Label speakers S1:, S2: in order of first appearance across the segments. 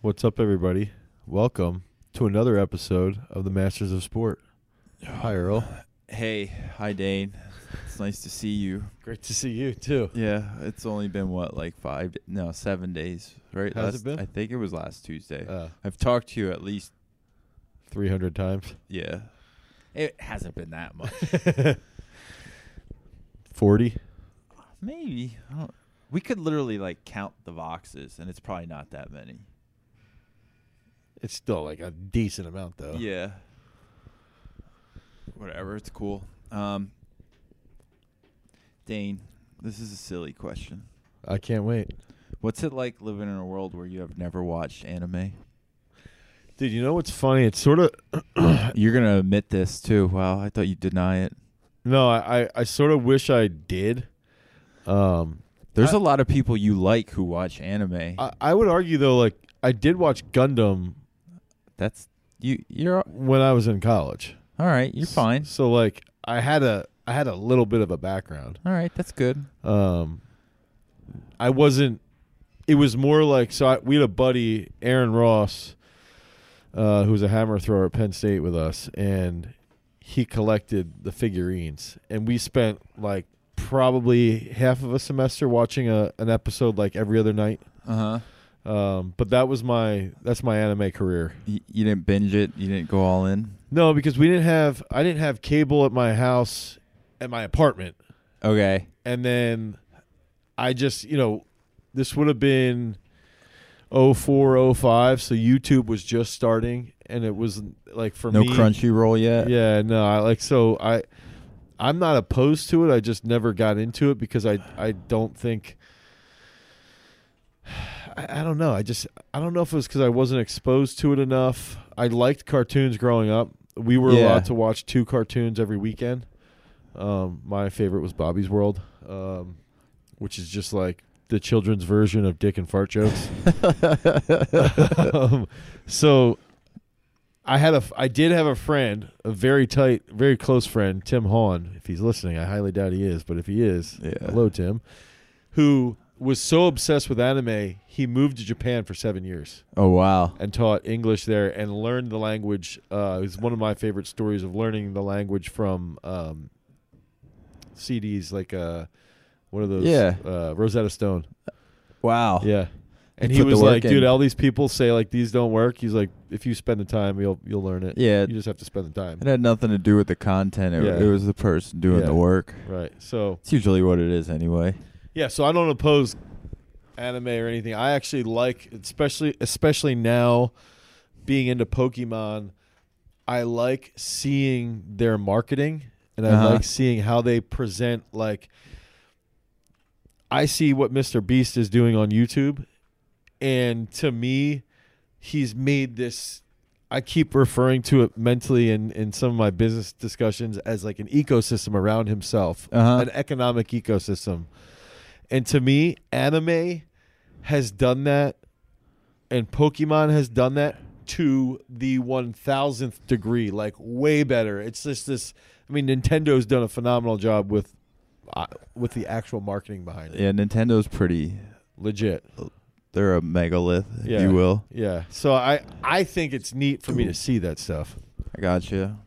S1: What's up, everybody? Welcome to another episode of the Masters of Sport. Hi, Earl.
S2: Hey, hi Dane. It's nice to see you.
S1: Great to see you too.
S2: Yeah, it's only been what like five, no, seven days, right?
S1: Has it
S2: Last-
S1: been?
S2: I think it was last Tuesday.
S1: Uh,
S2: I've talked to you at least.
S1: Three hundred times.
S2: Yeah, it hasn't been that much.
S1: Forty.
S2: Maybe I don't, we could literally like count the boxes, and it's probably not that many.
S1: It's still like a decent amount, though.
S2: Yeah. Whatever, it's cool. Um, Dane, this is a silly question.
S1: I can't wait,
S2: What's it like living in a world where you have never watched anime?
S1: dude. You know what's funny? It's sort of
S2: You're gonna admit this too. Wow, I thought you deny it.
S1: no. I I, I sort of wish I did. Um,
S2: There's
S1: I-
S2: a lot of people you like who watch anime.
S1: I, I would argue though, like I did watch Gundam
S2: That's you. You're all
S1: when I was in college.
S2: right. You're fine.
S1: So like I had a I had a little bit of a background.
S2: All right, that's good.
S1: um i wasn't it was more like so I, we had a buddy aaron ross uh, who was a hammer thrower at penn state with us and he collected the figurines and we spent like probably half of a semester watching a, an episode like every other night
S2: Uh
S1: Uh-huh.
S2: huh.
S1: um, but that was my that's my anime career
S2: You, you didn't binge it. You didn't go all in.
S1: no because we didn't have i didn't have cable at my house at my apartment
S2: Okay.
S1: and then I just you know this would have been 04, 05, so YouTube was just starting, and it was like for
S2: No
S1: me,
S2: Crunchyroll yet.
S1: Yeah, no, I like so I I'm not opposed to it. I just never got into it because I I don't think. I, I don't know. I just I don't know if it was because I wasn't exposed to it enough. I liked cartoons growing up. We were
S2: Yeah.
S1: allowed to watch two cartoons every weekend. Um, my favorite was Bobby's World, um, which is just like the children's version of Dick and Fart jokes. um, so I had a I did have a friend, a very tight, very close friend, Tim Hahn. If he's listening, I highly doubt he is, but if he is,
S2: Yeah.
S1: hello Tim, who was so obsessed with anime, he moved to Japan for seven years
S2: Oh wow.
S1: and taught English there and learned the language. Uh, it's one of my favorite stories of learning the language from um, CDs, like uh, one of those,
S2: Yeah.
S1: uh, Rosetta Stone.
S2: Wow.
S1: Yeah. And
S2: You
S1: he
S2: put the
S1: was
S2: work
S1: like, dude,
S2: in."
S1: all these people say like these don't work. He's like, if you spend the time, you'll you'll learn it.
S2: Yeah.
S1: You just have to spend the time.
S2: It had nothing to do with the content. It,
S1: Yeah.
S2: it was the person doing
S1: Yeah.
S2: the work.
S1: Right. So
S2: It's usually what it is anyway.
S1: yeah, so I don't oppose anime or anything. I actually like especially especially now being into Pokemon, I like seeing their marketing and I
S2: Uh-huh.
S1: like seeing how they present like I see what Mr. Beast is doing on YouTube and to me he's made this I keep referring to it mentally in, in some of my business discussions as like an ecosystem around himself,
S2: Uh-huh.
S1: an economic ecosystem. And to me, anime has done that and Pokemon has done that to the 1000th degree, like way better. It's just this I mean Nintendo's done a phenomenal job with uh, with the actual marketing behind it.
S2: Yeah. Nintendo's pretty.
S1: Legit.
S2: They're a megalith, if
S1: Yeah.
S2: you will.
S1: Yeah. So I I think it's neat for me to see that stuff.
S2: I gotcha,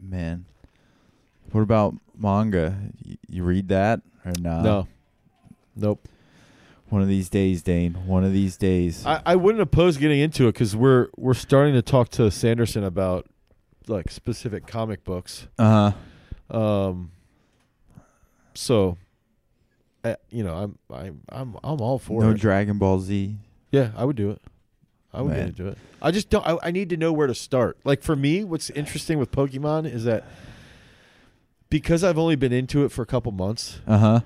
S2: man. What about manga? Y- You read that or not?
S1: no. Nope.
S2: One of these days, Dane. One of these days.
S1: I, I wouldn't oppose getting into it because we're we're starting to talk to Sanderson about like specific comic books.
S2: uh huh.
S1: Um, so, uh, you know, I'm I'm I'm I'm all for
S2: No
S1: it.
S2: Dragon Ball Z.
S1: yeah, I would do it. I would
S2: Man.
S1: get into it. I just don't. I, I need to know where to start. Like for me, what's interesting with Pokemon is that because I've only been into it for a couple months,
S2: Uh huh.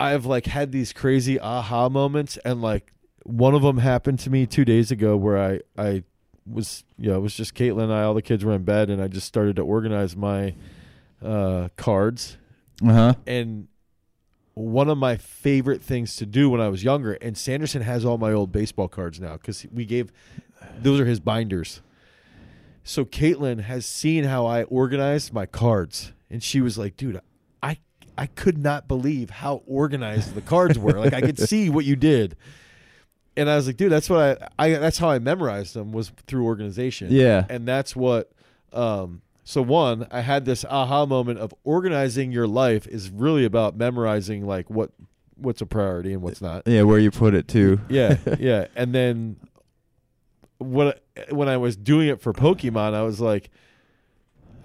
S1: I've like had these crazy aha moments, and like one of them happened to me two days ago where I I was you know it was just Caitlin and I all the kids were in bed and I just started to organize my uh, cards
S2: Uh huh.
S1: and one of my favorite things to do when I was younger and Sanderson has all my old baseball cards now because we gave those are his binders. So Caitlin has seen how I organized my cards and she was like, dude, I I could not believe how organized the cards were. Like I could see what you did. and I was like, dude, that's what I, I that's how I memorized them was through organization.
S2: Yeah.
S1: And that's what um so one, I had this aha moment of organizing your life is really about memorizing like what what's a priority and what's not.
S2: Yeah, where you put it too.
S1: Yeah, yeah. And then when I- when I was doing it for Pokemon, I was like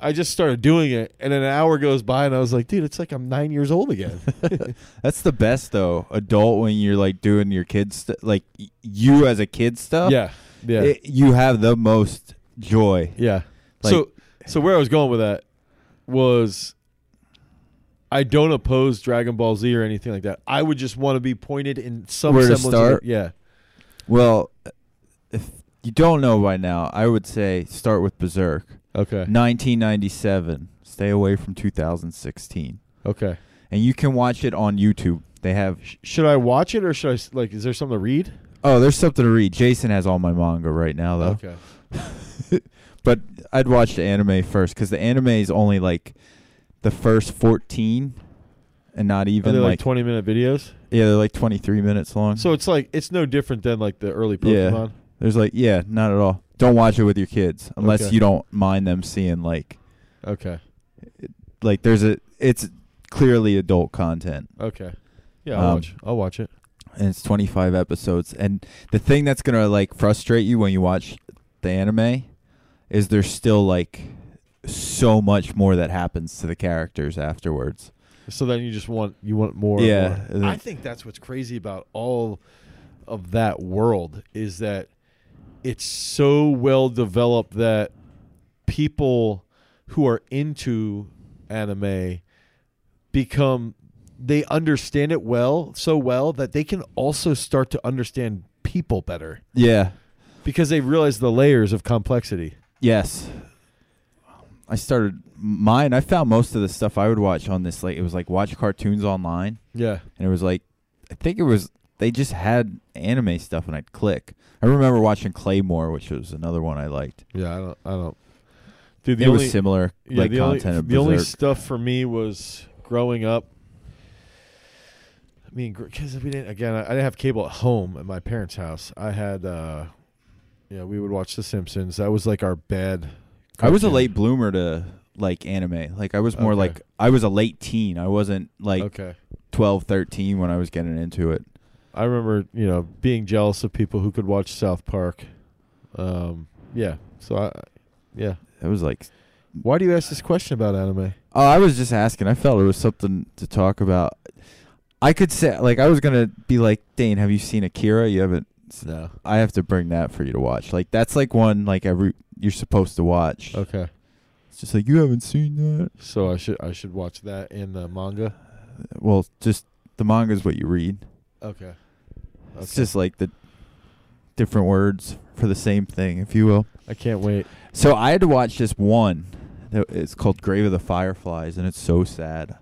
S1: I just started doing it and then an hour goes by and I was like, dude, it's like I'm 9 years old again.
S2: That's the best though. Adult when you're like doing your kids st- like y- you as a kid stuff.
S1: yeah. Yeah.
S2: it- you have the most joy.
S1: Yeah.
S2: Like-
S1: so so where I was going with that was I don't oppose Dragon Ball Z or anything like that. I would just want to be pointed in some
S2: Where to
S1: semblance of-
S2: start?
S1: yeah.
S2: Well, if you don't know by now, I would say start with Berserk.
S1: Okay.
S2: 1997. Stay away from 2016.
S1: Okay.
S2: And you can watch it on YouTube. They have
S1: Should I watch it or should I s- like is there something to read?
S2: Oh, there's something to read. Jason has all my manga right now though.
S1: Okay.
S2: But I'd watch the anime first cuz the anime is only like the first 14 and not
S1: Are
S2: even
S1: they like,
S2: like
S1: 20 minute videos?
S2: Yeah, they're like 23 minutes long.
S1: So it's like it's no different than like the early
S2: Yeah.
S1: Pokemon.
S2: There's like, yeah, not at all. Don't watch it with your kids unless
S1: Okay.
S2: you don't mind them seeing like,
S1: Okay.
S2: like there's a, it's clearly adult content
S1: Okay. Yeah, I'll
S2: Um,
S1: watch. I'll watch it.
S2: and it's 25 episodes. And the thing that's gonna like frustrate you when you watch the anime is there's still like so much more that happens to the characters afterwards.
S1: So then you just want you want more. and
S2: Yeah,
S1: more.
S2: and
S1: I
S2: then-
S1: think that's what's crazy about all of that world is that it's so well developed that people who are into anime become they understand it well so well that they can also start to understand people better
S2: Yeah.
S1: because they realize the layers of complexity.
S2: Yes. I started mine. I found most of the stuff I would watch on this like it was like watch cartoons online.
S1: Yeah.
S2: and it was like I think it was they just had anime stuff and I'd click. I remember watching Claymore, which was another one I liked.
S1: Yeah, I don't I don't Dude,
S2: it was similar like content
S1: only,
S2: of
S1: the only
S2: Berserk.
S1: stuff for me was growing up. I mean, because we didn't again, I I didn't have cable at home at my parents' house. I had, uh yeah, we would watch The Simpsons. That was like our bed.
S2: I was a
S1: cartoon.
S2: late bloomer to like anime. Like I was more
S1: Okay.
S2: like I was a late teen. I wasn't like
S1: okay.
S2: twelve, thirteen 12, 13 when I was getting into it.
S1: I remember, you know, being jealous of people who could watch South Park. Um, yeah. So I, yeah.
S2: It was like
S1: Why do you ask this question about anime?
S2: Oh, I was just asking. I felt it was something to talk about. I could say like I was going to be like, "Dane, have you seen Akira? You haven't
S1: No.
S2: I have to bring that for you to watch." Like that's like one like every you're supposed to watch.
S1: Okay.
S2: It's just like you haven't seen that.
S1: So I should I should watch that in the manga.
S2: Well, just the manga's what you read.
S1: Okay.
S2: It's just like the different words for the same thing, if you will.
S1: I can't wait.
S2: So I had to watch this one. that- It's called Grave of the Fireflies, and it's so sad.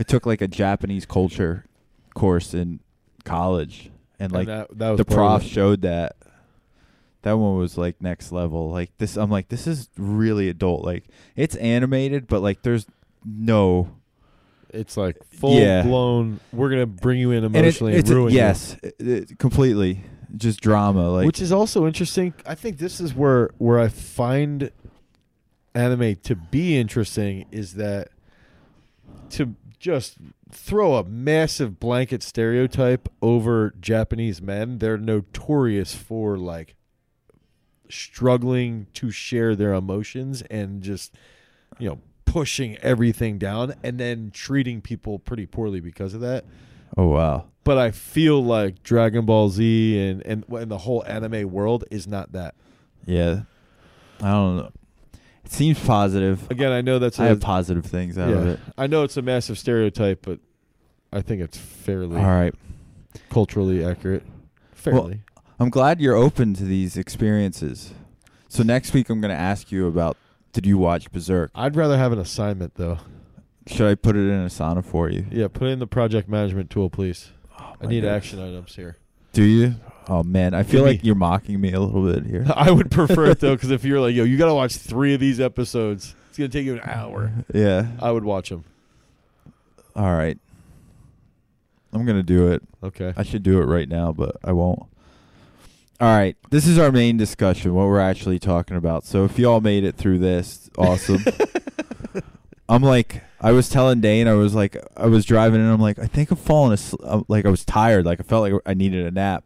S2: It took like a Japanese culture course in college, and like
S1: that, that was
S2: the
S1: part of
S2: prof
S1: it.
S2: showed that. That one was like next level. Like this, I'm like, this is really adult. Like it's animated, but like there's no
S1: It's like full
S2: Yeah.
S1: blown. We're gonna bring you in
S2: And it-
S1: emotionally and,
S2: it's a-
S1: ruin you."
S2: yes, it- it- completely. Just drama, like
S1: which is also interesting. I think this is where where I find anime to be interesting is that to just throw a massive blanket stereotype over Japanese men. They're notorious for like struggling to share their emotions and just you know pushing everything down and then treating people pretty poorly because of that
S2: oh wow,
S1: but I feel like Dragon Ball Z and and, and the whole anime world is not that.
S2: yeah. I don't know. It seems positive.
S1: Again, I know that's
S2: I
S1: a-
S2: have positive things out of
S1: yeah.
S2: it.
S1: I know it's a massive stereotype, but I think it's fairly
S2: All right,
S1: culturally accurate.
S2: Well-
S1: Fairly.
S2: I'm glad you're open to these experiences. So next week, I'm going to ask you about did you watch Berserk?
S1: I'd rather have an assignment though.
S2: Should I put it in Asana for you?
S1: Yeah, put in the project management tool, please.
S2: Oh,
S1: I
S2: my
S1: need
S2: God.
S1: action items here.
S2: Do you? Oh man, I
S1: Give
S2: feel
S1: me-
S2: like you're mocking me a little bit here.
S1: I would prefer it though, because if you're like, yo, you got to watch three of these episodes, it's gonna take you an hour.
S2: yeah.
S1: I would watch them.
S2: All right. I'm gonna do it.
S1: Okay.
S2: I should do it right now, but I won't. All right, this is our main discussion, what we're actually talking about. So if y'all made it through this, awesome. I'm like, I was telling Dane, I was like, I was driving and I'm like, I think I'm falling asleep. Like I was tired, like I felt like I needed a nap,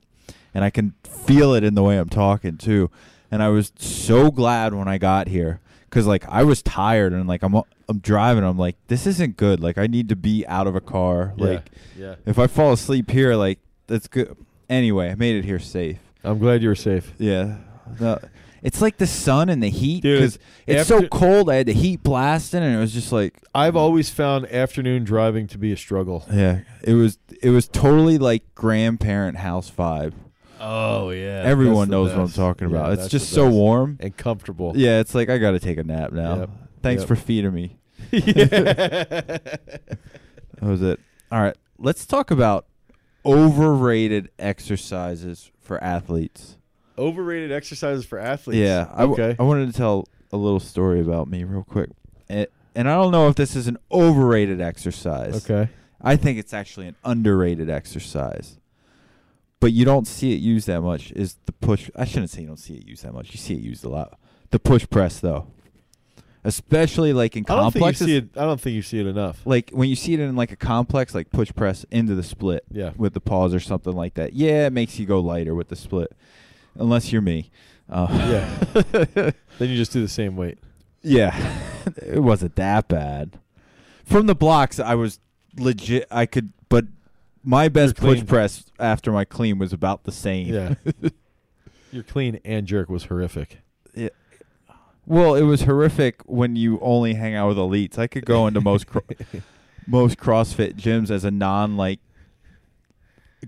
S2: and I can feel it in the way I'm talking too. And I was so glad when I got here because like I was tired and like I'm uh, I'm driving, I'm like, this isn't good. Like I need to be out of a car.
S1: Yeah.
S2: Like
S1: yeah.
S2: if I fall asleep here, like that's good. Anyway, I made it here safe.
S1: I'm glad you were safe.
S2: Yeah. No, it's like the sun and the heat
S1: Dude,
S2: because it's so
S1: after-
S2: cold. I had the heat blasting, and it was just like
S1: I've always found afternoon driving to be a struggle.
S2: yeah, it was it was totally like grandparent house vibe.
S1: Oh yeah.
S2: Everyone knows what I'm talking about. it's just so warm.
S1: and comfortable.
S2: Yeah, it's like I gotta take a nap now.
S1: Yep.
S2: Thanks
S1: Yep.
S2: for feeding me.
S1: Yeah.
S2: That was it. All right, let's talk about overrated exercises for athletes.
S1: Overrated exercises for athletes.
S2: Yeah, I, w-
S1: Okay.
S2: I wanted to tell a little story about me real quick, and, and I don't know if this is an overrated exercise.
S1: okay.
S2: I think it's actually an underrated exercise, but you don't see it used that much. Is the push? I shouldn't say you don't see it used that much. You see it used a lot. The push press, though, especially like in
S1: I don't think you
S2: complexes,
S1: see it. I don't think you see it enough.
S2: like when you see it in like a complex, like push press into the split
S1: Yeah.
S2: with the pause or something like that. Yeah, it makes you go lighter with the split, unless you're me. Uh, yeah.
S1: Then you just do the same weight.
S2: Yeah, it wasn't that bad. From the blocks, I was legit. I could, but my best
S1: Your clean-
S2: push press after my clean was about the same.
S1: Yeah. Your clean and jerk was horrific.
S2: Well, it was horrific when you only hang out with elites. I could go into most cro- most CrossFit gyms as a non like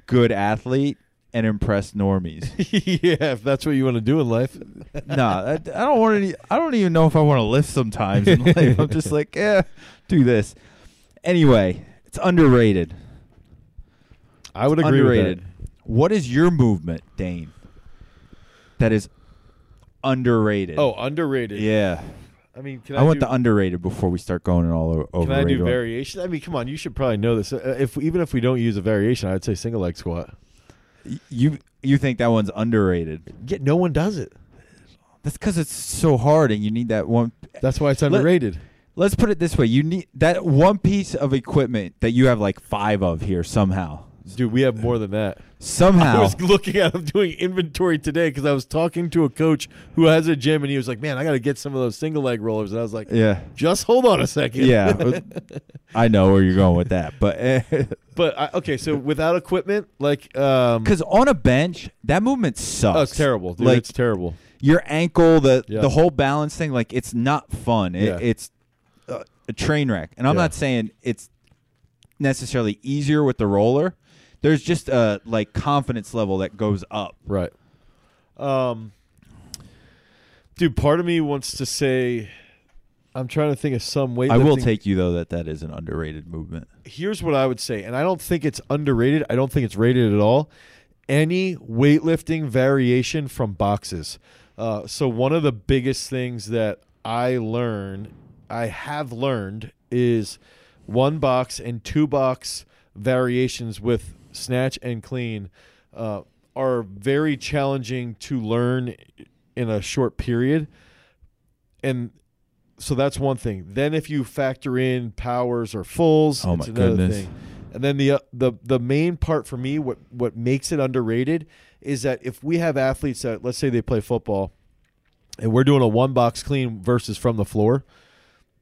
S2: good athlete and impress normies.
S1: yeah, if that's what you want to do in life.
S2: nah, I, I don't want to. I don't even know if I want to lift sometimes in life. I'm just like, yeah, do this. Anyway, it's underrated.
S1: I would agree
S2: underrated.
S1: with
S2: What is your movement, Dane? That is underrated.
S1: that. Oh, underrated.
S2: yeah.
S1: I mean, can
S2: I,
S1: I,
S2: want
S1: do,
S2: the underrated before we start going all over.
S1: Can I do variation? I mean, come on, you should probably know this. Uh, If even if we don't use a variation, I'd say single leg squat.
S2: You you think that one's underrated?
S1: Yet no one does it.
S2: That's because it's so hard, and you need that one.
S1: That's why it's
S2: Let-
S1: underrated.
S2: Let's put it this way: you need that one piece of equipment that you have like five of here somehow.
S1: Dude, we have more than that. I
S2: Somehow,
S1: was looking at him doing inventory today because I was talking to a coach who has a gym, and he was like, "Man, I got to get some of those single leg rollers." And I was like,
S2: yeah,
S1: "Just hold on a second.
S2: yeah. I know where you're going with that, but
S1: But I, okay, so without equipment, like, um,
S2: because on a bench, that movement sucks.
S1: oh, it's terrible. Dude,
S2: Like-
S1: it's terrible.
S2: your ankle, the
S1: Yeah.
S2: the whole balance thing, like it's not fun. It,
S1: Yeah.
S2: It's a, a train wreck, and I'm
S1: Yeah.
S2: not saying it's necessarily easier with the roller. There's just a like confidence level that goes up.
S1: Right. Um, dude, part of me wants to say, I'm trying to think of some way.
S2: I will take you though that that is an underrated movement.
S1: Here's what I would say, and I don't think it's underrated. I don't think it's rated at all. Any weightlifting variation from boxes. Uh, so one of the biggest things that I learn, I have learned, is one box and two box variations with snatch and clean uh, are very challenging to learn in a short period and so that's one thing. Then if you factor in powers or fulls,
S2: Oh
S1: it's
S2: my
S1: another
S2: goodness.
S1: thing. And then the uh, the the main part for me, what what makes it underrated, is that if we have athletes that let's say they play football, and we're doing a one box clean versus from the floor,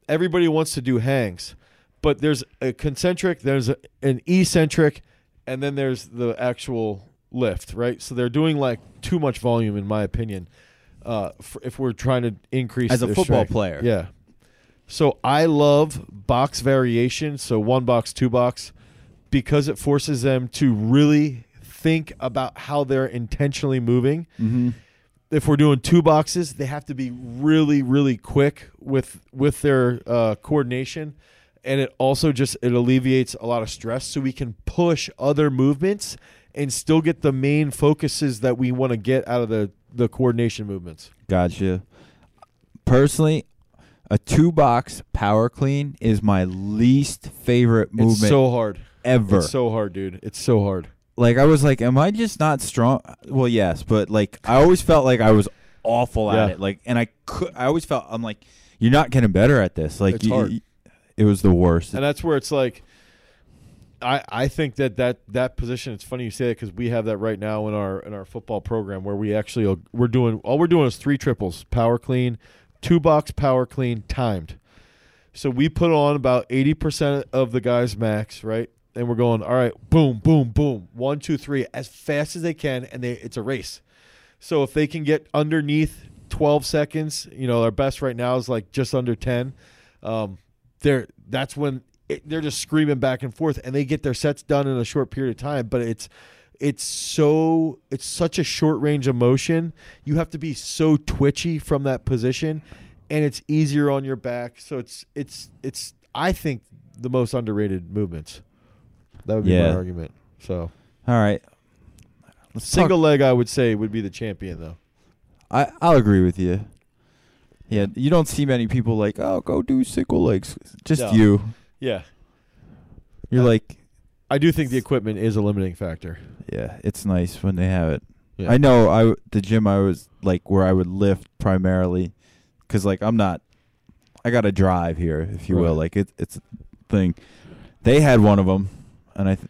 S1: everybody wants to do hangs, but there's a concentric, there's a, an eccentric, and then there's the actual lift, right? So they're doing like too much volume, in my opinion. Uh, f if we're trying to increase
S2: As a
S1: their
S2: football
S1: strength.
S2: player.
S1: yeah. So I love box variation, so one box, two box, because it forces them to really think about how they're intentionally moving
S2: Mm-hmm.
S1: if we're doing two boxes, they have to be really, really quick with with their uh, coordination, and it also just it alleviates a lot of stress, so we can push other movements and still get the main focuses that we want to get out of the the coordination movements.
S2: Gotcha. Personally, a two box power clean is my least favorite movement
S1: It's so hard.
S2: ever.
S1: It's so hard, dude. It's so hard.
S2: like I was like, am I just not strong? Well, yes, but like I always felt like I was awful at
S1: Yeah.
S2: it. Like, and I could, I always felt I'm like, you're not getting better at this. Like,
S1: It's
S2: you-
S1: hard.
S2: you- it was the worst.
S1: and that's where it's like I, I think that, that that position it's funny you say that because we have that right now in our in our football program where we actually we're doing all we're doing is three triples power clean two box power clean timed so we put on about 80% of the guys max right and we're going all right boom boom boom one two three as fast as they can and they it's a race so if they can get underneath 12 seconds, you know, our best right now is like just under 10. Um, they're that's when it, they're just screaming back and forth, and they get their sets done in a short period of time. But it's it's so it's such a short range of motion. You have to be so twitchy from that position, and it's easier on your back. So it's it's it's I think the most underrated movements. That would be
S2: Yeah.
S1: my argument. So
S2: All right, Let's talk-
S1: single leg, I would say, would be the champion though.
S2: I I'll agree with you. Yeah, you don't see many people like, oh, go do single legs. Just
S1: No.
S2: you.
S1: Yeah.
S2: You're
S1: Uh,
S2: like,
S1: I do think the equipment is a limiting factor.
S2: yeah, it's nice when they have it.
S1: Yeah.
S2: I know I w- the gym I was like where I would lift primarily cuz like I'm not I got to drive here if you will
S1: Right.
S2: like it, it's a thing. They had one of them and I th-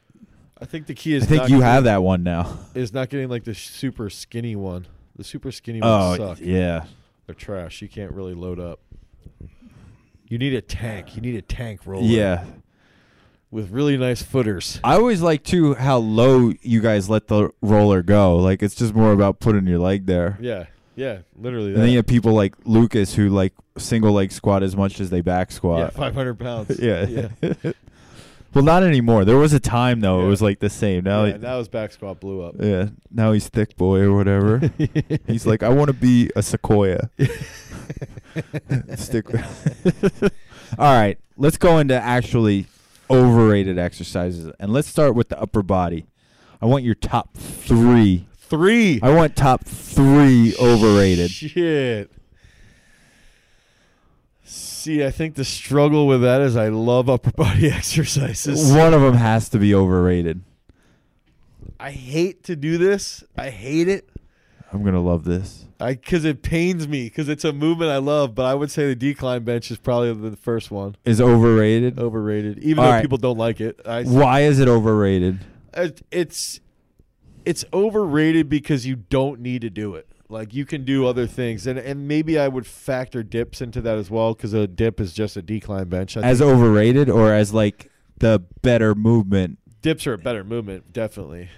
S1: I think the key
S2: I
S1: is
S2: think
S1: not
S2: you
S1: getting,
S2: have that one now.
S1: is not getting like the super skinny one. The super skinny
S2: Oh
S1: ones suck.
S2: yeah.
S1: They're trash. You can't really load up. You need a tank. You need a tank roller.
S2: Yeah.
S1: with really nice footers.
S2: I always like too how low you guys let the roller go. Like it's just more about putting your leg there.
S1: Yeah, yeah, literally.
S2: And then
S1: That.
S2: you have people like Lucas who like single leg squat as much as they back
S1: yeah,
S2: squat.
S1: five hundred pounds.
S2: yeah. well, not anymore. There was a time though; it
S1: Yeah.
S2: was like the same. Now,
S1: yeah,
S2: he-
S1: now his back squat blew up.
S2: yeah, now he's thick boy or whatever. he's like, I want to be a sequoia. Stick. All right, let's go into actually overrated exercises, and let's start with the upper body. I want your top three.
S1: Three.
S2: I want top three overrated.
S1: Shit. See, I think the struggle with that is I love upper body exercises.
S2: One of them has to be overrated.
S1: I hate to do this. I hate it.
S2: I'm gonna love this.
S1: I because it pains me because it's a movement I love. But I would say the decline bench is probably the first one.
S2: Is overrated.
S1: Oh, Overrated, even
S2: All
S1: though
S2: right.
S1: people don't like it. I
S2: Why is it overrated?
S1: it, it's it's overrated because you don't need to do it. Like you can do other things, and and maybe I would factor dips into that as well because a dip is just a decline bench. I
S2: as
S1: think
S2: overrated or as like the better movement.
S1: dips are a better movement, definitely.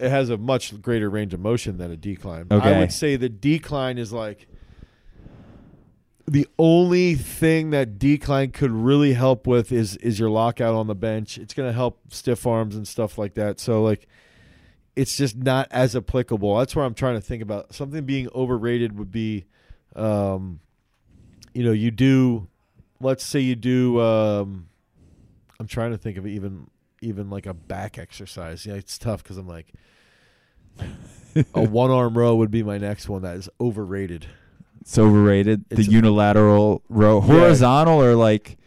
S1: It has a much greater range of motion than a decline. I
S2: Okay.
S1: would say the decline is like the only thing that decline could really help with is is your lockout on the bench. It's going to help stiff arms and stuff like that. So like it's just not as applicable. That's where I'm trying to think about something being overrated would be um you know, you do let's say you do um I'm trying to think of even even like a back exercise. Yeah, it's tough cuz I'm like a one arm row would be my next one that is overrated.
S2: It's overrated.
S1: It's-
S2: the unilateral row, horizontal or like,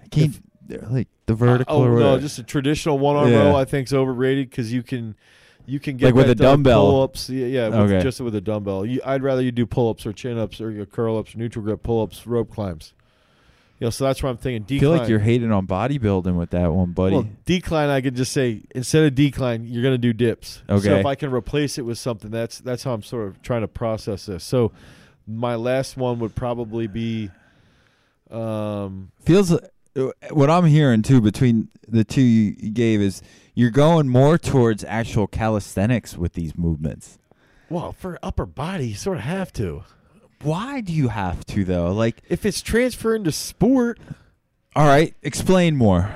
S2: I can't they're like the vertical
S1: oh
S2: or
S1: no,
S2: whatever.
S1: just a traditional one arm
S2: Yeah.
S1: row I think is overrated cuz you can you can get
S2: Like with
S1: that
S2: a
S1: done
S2: dumbbell.
S1: pull-ups. Yeah, yeah with-
S2: Okay.
S1: just with a dumbbell. You, I'd rather you do pull-ups or chin-ups or your curl-ups, neutral grip pull-ups, rope climbs. You know, so that's where I'm thinking
S2: I
S1: decline.
S2: feel like you're hating on bodybuilding with that one, buddy.
S1: Well, decline, I could just say instead of decline, you're gonna do dips. So
S2: Okay.
S1: if I can replace it with something, that's that's how I'm sort of trying to process this. So my last one would probably be, um,
S2: Feels uh, what I'm hearing too between the two you you gave is you're going more towards actual calisthenics with these movements.
S1: well, for upper body, you sort of have to.
S2: Why do you have to though? Like,
S1: If it's transferring to sport,
S2: all right, explain more.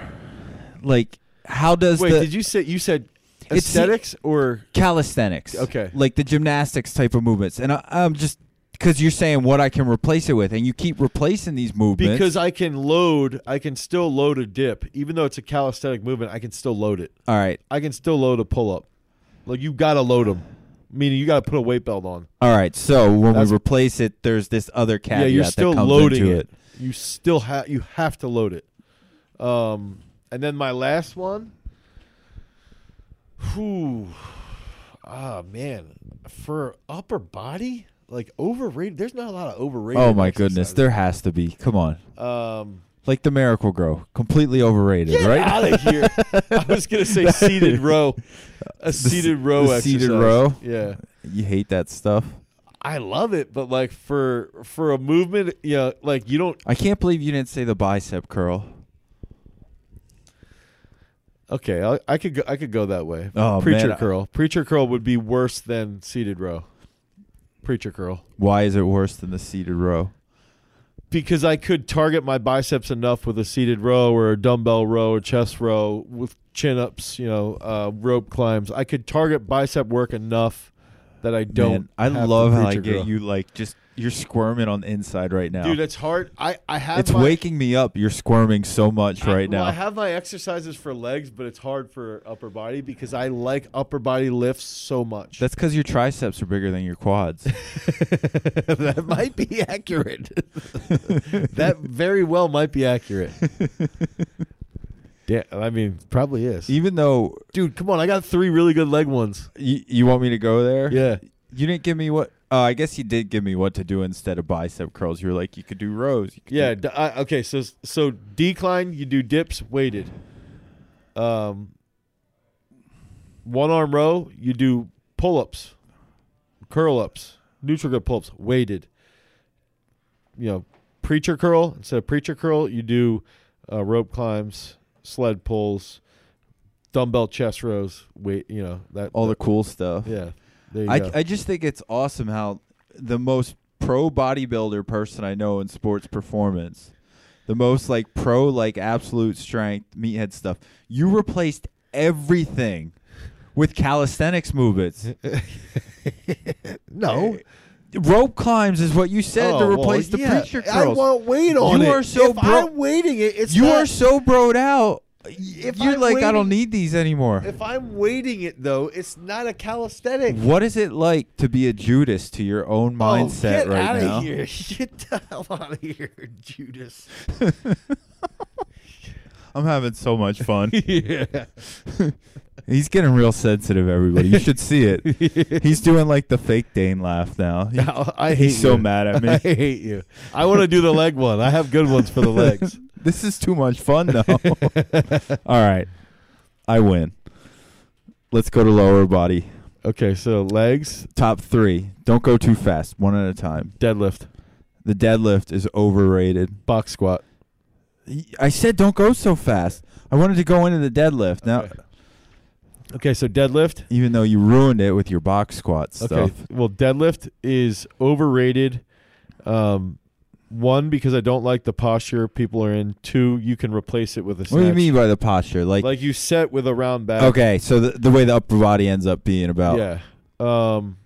S2: Like, how does
S1: wait,
S2: the
S1: did you say you said
S2: It's-
S1: aesthetics or
S2: calisthenics.
S1: Okay.
S2: Like the gymnastics type of movements. And I, I'm just because you're saying what I can replace it with, and you keep replacing these movements.
S1: because I can load, I can still load a dip, even though it's a calisthenic movement, I can still load it.
S2: all right,
S1: I can still load a pull up. Like you gotta load them, meaning you gotta put a weight belt on.
S2: all right. So when
S1: That's-
S2: we replace it, there's this other caveat
S1: yeah, you're still
S2: that comes
S1: loading
S2: into
S1: it. You still have you have to load it. Um, and then my last one. Whew. Ah man, for upper body, like overrated. There's not a lot of overrated.
S2: oh my goodness,
S1: exercises.
S2: there has to be. Come on,
S1: um,
S2: like the Miracle Grow, completely overrated,
S1: get
S2: right?
S1: out of here. I was gonna say seated row, a seated row,
S2: the seated
S1: exercise.
S2: row?
S1: Yeah,
S2: You hate that stuff.
S1: I love it, but like for for a movement, yeah, like you don't.
S2: I can't believe you didn't say the bicep curl.
S1: Okay, I, I could go, I could go that way.
S2: Oh
S1: Preacher
S2: man,
S1: curl, preacher curl would be worse than seated row. Preacher curl.
S2: why is it worse than the seated row?
S1: because I could target my biceps enough with a seated row or a dumbbell row or chest row with chin ups, you know, uh, rope climbs. I could target bicep work enough that I don't.
S2: Man, I
S1: have to
S2: love how I
S1: preacher
S2: get
S1: grow.
S2: you like just you're squirming on the inside right now.
S1: dude. It's hard. I I have
S2: it's
S1: my,
S2: waking me up. You're squirming so much
S1: I-
S2: right
S1: well,
S2: now.
S1: I have my exercises for legs, but it's hard for upper body because I like upper body lifts so much.
S2: That's because your triceps are bigger than your quads.
S1: that might be accurate. that very well might be accurate. Yeah, I mean, probably is.
S2: Even though
S1: Dude, come on! I got three really good leg ones.
S2: you, you want me to go there,
S1: Yeah,
S2: You didn't give me what. Uh, I guess you did give me what to do instead of bicep curls. You were like, you could do rows. You could
S1: yeah.
S2: do-
S1: d- I- okay, so so decline, you do dips weighted. Um, one arm row, you do pull ups, curl ups, neutral grip pull ups, weighted. You know, preacher curl instead of preacher curl, you do uh, rope climbs, sled pulls, dumbbell chest rows. Weight, you know that
S2: all the cool stuff.
S1: yeah. There you
S2: I,
S1: go.
S2: I just think it's awesome how the most pro bodybuilder person I know in sports performance, the most like pro like absolute strength meathead stuff, you replaced everything with calisthenics movements.
S1: no,
S2: Rope climbs is what you said to
S1: Oh, well,
S2: replace the
S1: yeah,
S2: preacher
S1: I
S2: curls.
S1: won't wait on it.
S2: You are so
S1: if
S2: bro-
S1: I'm waiting, it, it's
S2: you
S1: not-
S2: are so broed out. Y-
S1: If
S2: You're
S1: I'm
S2: like I don't
S1: waiting-
S2: need these anymore.
S1: If I'm waiting it though, it's not a calisthenic.
S2: What is it like to be a Judas to your own mindset
S1: oh, get
S2: right
S1: out
S2: now?
S1: Of here. Get the hell out of here, Judas.
S2: I'm having so much fun.
S1: yeah.
S2: He's getting real sensitive, everybody. You should see it. He's doing like the fake Dane laugh now. He-
S1: I hate
S2: He's so
S1: you.
S2: mad at
S1: I
S2: me.
S1: hate you. I want to do the leg one. I have good ones for the legs.
S2: This is too much fun, though. All right. I win. Let's go to lower body.
S1: Okay, so legs,
S2: Top three. Don't go too fast, one at a time.
S1: deadlift,
S2: The deadlift is overrated.
S1: box squat.
S2: I said don't go so fast. I wanted to go into the deadlift. Now,
S1: Okay. Okay, so deadlift.
S2: even though you ruined it with your box squat stuff.
S1: Okay. Well, deadlift is overrated. Um, one because I don't like the posture people are in. Two, you can replace it with a snatch.
S2: What do you mean by the posture? Like,
S1: Like you set with a round back.
S2: okay, so the, the way the upper body ends up being about.
S1: Yeah. Um,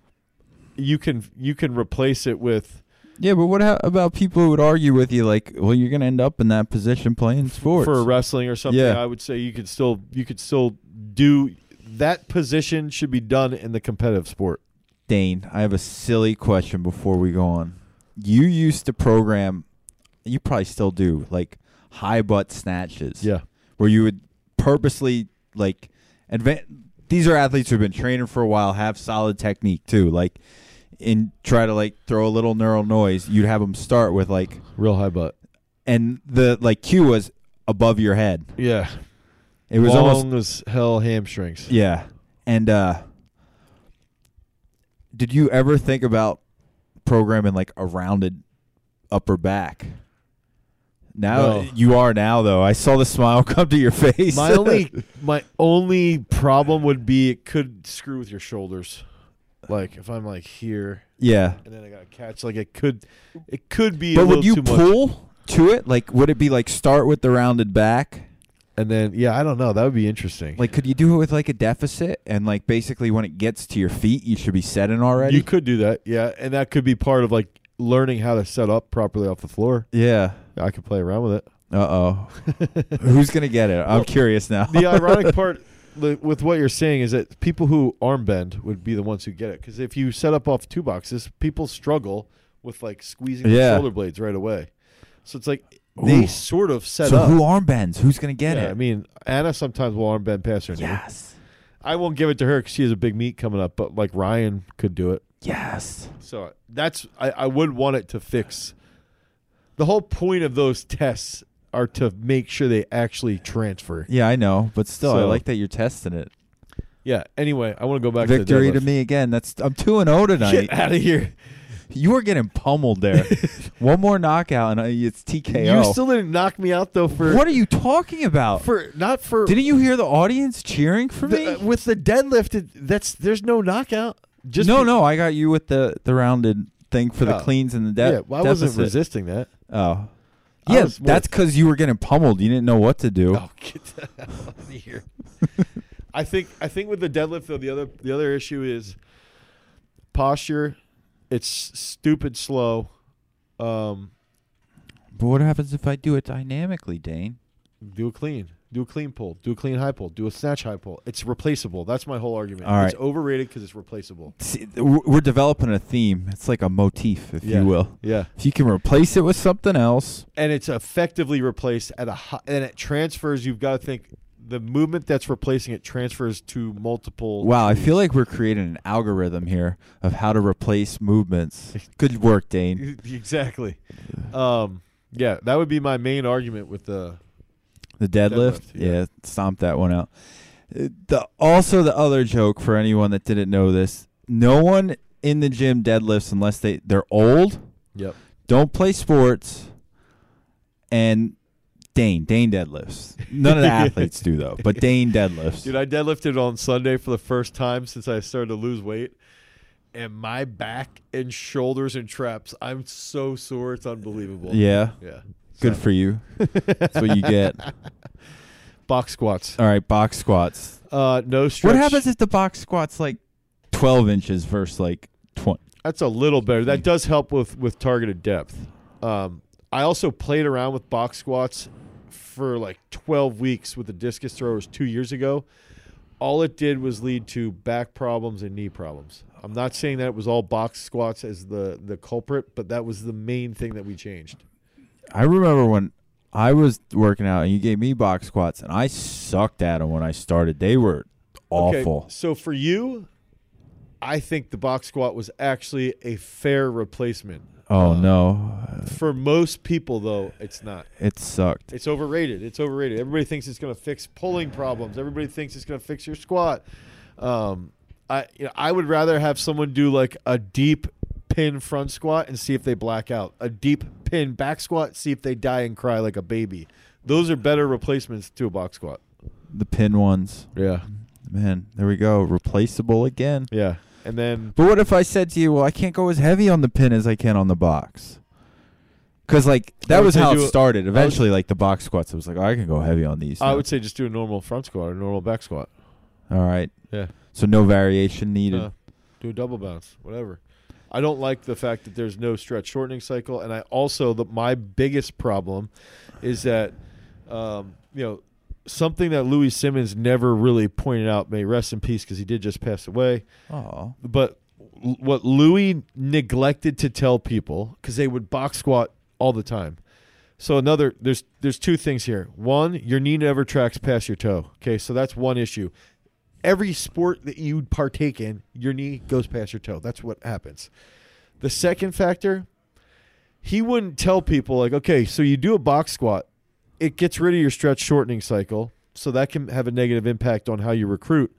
S1: you can you can replace it with
S2: Yeah, but what ho- about people who would argue with you, like, well, you're going to end up in that position playing sports?
S1: for wrestling or something.
S2: Yeah.
S1: I would say you could still you could still do that position should be done in the competitive sport.
S2: Dane, I have a silly question before we go on. You used to program, you probably still do, like high butt snatches.
S1: Yeah.
S2: Where you would purposely, like, advan these are athletes who've been training for a while, have solid technique too. Like, and try to, like, throw a little neural noise. You'd have them start with, like,
S1: Real high butt.
S2: and the, like, cue was above your head.
S1: Yeah.
S2: It was almost
S1: long as hell hamstrings.
S2: Yeah. And uh did you ever think about programming like a rounded upper back? Now
S1: No.
S2: you are now though. I saw the smile come to your face.
S1: My only my only problem would be it could screw with your shoulders. Like if I'm like here
S2: Yeah.
S1: and then I got to catch like it could it could be a
S2: But would
S1: little
S2: you
S1: too much.
S2: pull to it? Like would it be like start with the rounded back?
S1: And then yeah, I don't know, that would be interesting.
S2: Like could you do it with like a deficit and like basically when it gets to your feet you should be setting already?
S1: You could do that, yeah, and that could be part of like learning how to set up properly off the floor.
S2: yeah.
S1: I could play around with it.
S2: Uh-oh. Who's going to get it? I'm
S1: Well,
S2: curious now.
S1: The ironic part li- with what you're saying is that people who arm bend would be the ones who get it because if you set up off two boxes, people struggle with like squeezing
S2: Yeah.
S1: the shoulder blades right away. So it's like they
S2: Ooh.
S1: sort of set
S2: so
S1: up.
S2: who arm bends? Who's going to get
S1: yeah,
S2: it?
S1: I mean, Anna sometimes will arm bend past her knee.
S2: Yes.
S1: I won't give it to her because she has a big meet coming up. But like Ryan could do it.
S2: Yes.
S1: So that's I, I would want it to fix. The whole point of those tests are to make sure they actually transfer.
S2: Yeah, I know, but still, I
S1: So-
S2: like that you're testing it.
S1: Yeah. Anyway, I want to go back
S2: Victory
S1: to,
S2: to
S1: the deadlift.
S2: me again. That's I'm two and zero tonight.
S1: Get out of here.
S2: You were getting pummeled there. One more knockout and uh, it's TKO.
S1: You still didn't knock me out though for
S2: what are you talking about?
S1: for not for
S2: Didn't you hear the audience cheering for me?
S1: the- uh, with the deadlift. It, that's there's no knockout. Just
S2: no,
S1: be-
S2: no, I got you with the the rounded thing for the
S1: Oh.
S2: cleans and the de-
S1: yeah, well, I
S2: deficit.
S1: wasn't resisting that.
S2: Oh.
S1: I
S2: Yeah,
S1: was more-
S2: that's because you were getting pummeled. You didn't know what to do.
S1: Oh, get the hell out of here. I think I think with the deadlift though, the other the other issue is posture. It's stupid slow. Um,
S2: But what happens if I do it dynamically, Dane?
S1: do a clean, do a clean pull, do a clean high pull, do a snatch high pull. It's replaceable. That's my whole argument.
S2: All
S1: It's
S2: right.
S1: overrated because it's replaceable.
S2: See, th- we're we're developing a theme. It's like a motif, if
S1: Yeah.
S2: you will.
S1: Yeah,
S2: If you can replace it with something else,
S1: and it's effectively replaced at a high, and it transfers. You've got to think the movement that's replacing it transfers to multiple.
S2: Wow, I feel like we're creating an algorithm here of how to replace movements. Good work, Dane.
S1: exactly. Um, yeah, that would be my main argument with the
S2: The deadlift,
S1: Deadlift, yeah.
S2: yeah, stomp that one out. Uh, The also the other joke for anyone that didn't know this: no one in the gym deadlifts unless they they're old,
S1: Yep.
S2: don't play sports, and Dane Dane deadlifts. None of the athletes do though, but Dane deadlifts.
S1: Dude, I deadlifted on Sunday for the first time since I started to lose weight. And my back and shoulders and traps, I'm so sore, it's unbelievable.
S2: yeah,
S1: Yeah.
S2: good for you. That's what you get.
S1: Box squats.
S2: All right, box squats.
S1: Uh no stretch.
S2: What happens if the box squat's like 12 inches versus like 20?
S1: That's a little better. That does help with with targeted depth. Um I also played around with box squats for like 12 weeks with the discus throwers 2 years ago. All it did was lead to back problems and knee problems. I'm not saying that it was all box squats as the the culprit, but that was the main thing that we changed.
S2: I remember when I was working out and you gave me box squats and I sucked at them when I started. They were awful.
S1: Okay, so for you, I think the box squat was actually a fair replacement.
S2: Oh
S1: Uh,
S2: no.
S1: For most people, though, it's not.
S2: It sucked.
S1: It's overrated. It's overrated. Everybody thinks it's going to fix pulling problems. Everybody thinks it's going to fix your squat. Um, I you know, I would rather have someone do like a deep pin front squat and see if they black out. A deep pin back squat, see if they die and cry like a baby. Those are better replacements to a box squat.
S2: The pin ones.
S1: Yeah.
S2: Man, there we go. Replaceable again.
S1: Yeah. And then
S2: But what if I said to you, well, I can't go as heavy on the pin as I can on the box? Because like that
S1: would
S2: was
S1: say
S2: how it
S1: do a-
S2: started. Eventually, like the box squats, I was like, oh, I can go heavy on these.
S1: I
S2: now.
S1: would say just do a normal front squat or a normal back squat.
S2: All right.
S1: Yeah.
S2: So no variation needed.
S1: Uh, do a double bounce, whatever. I don't like the fact that there's no stretch shortening cycle, and I also the, my biggest problem is that um, you know something that Louis Simmons never really pointed out. May rest in peace because he did just pass away.
S2: Oh.
S1: But l- what Louis neglected to tell people because they would box squat all the time. So another there's there's two things here. One, your knee never tracks past your toe. Okay, so that's one issue. Every sport that you partake in, your knee goes past your toe. That's what happens. The second factor, he wouldn't tell people like, okay, so you do a box squat, it gets rid of your stretch shortening cycle, so that can have a negative impact on how you recruit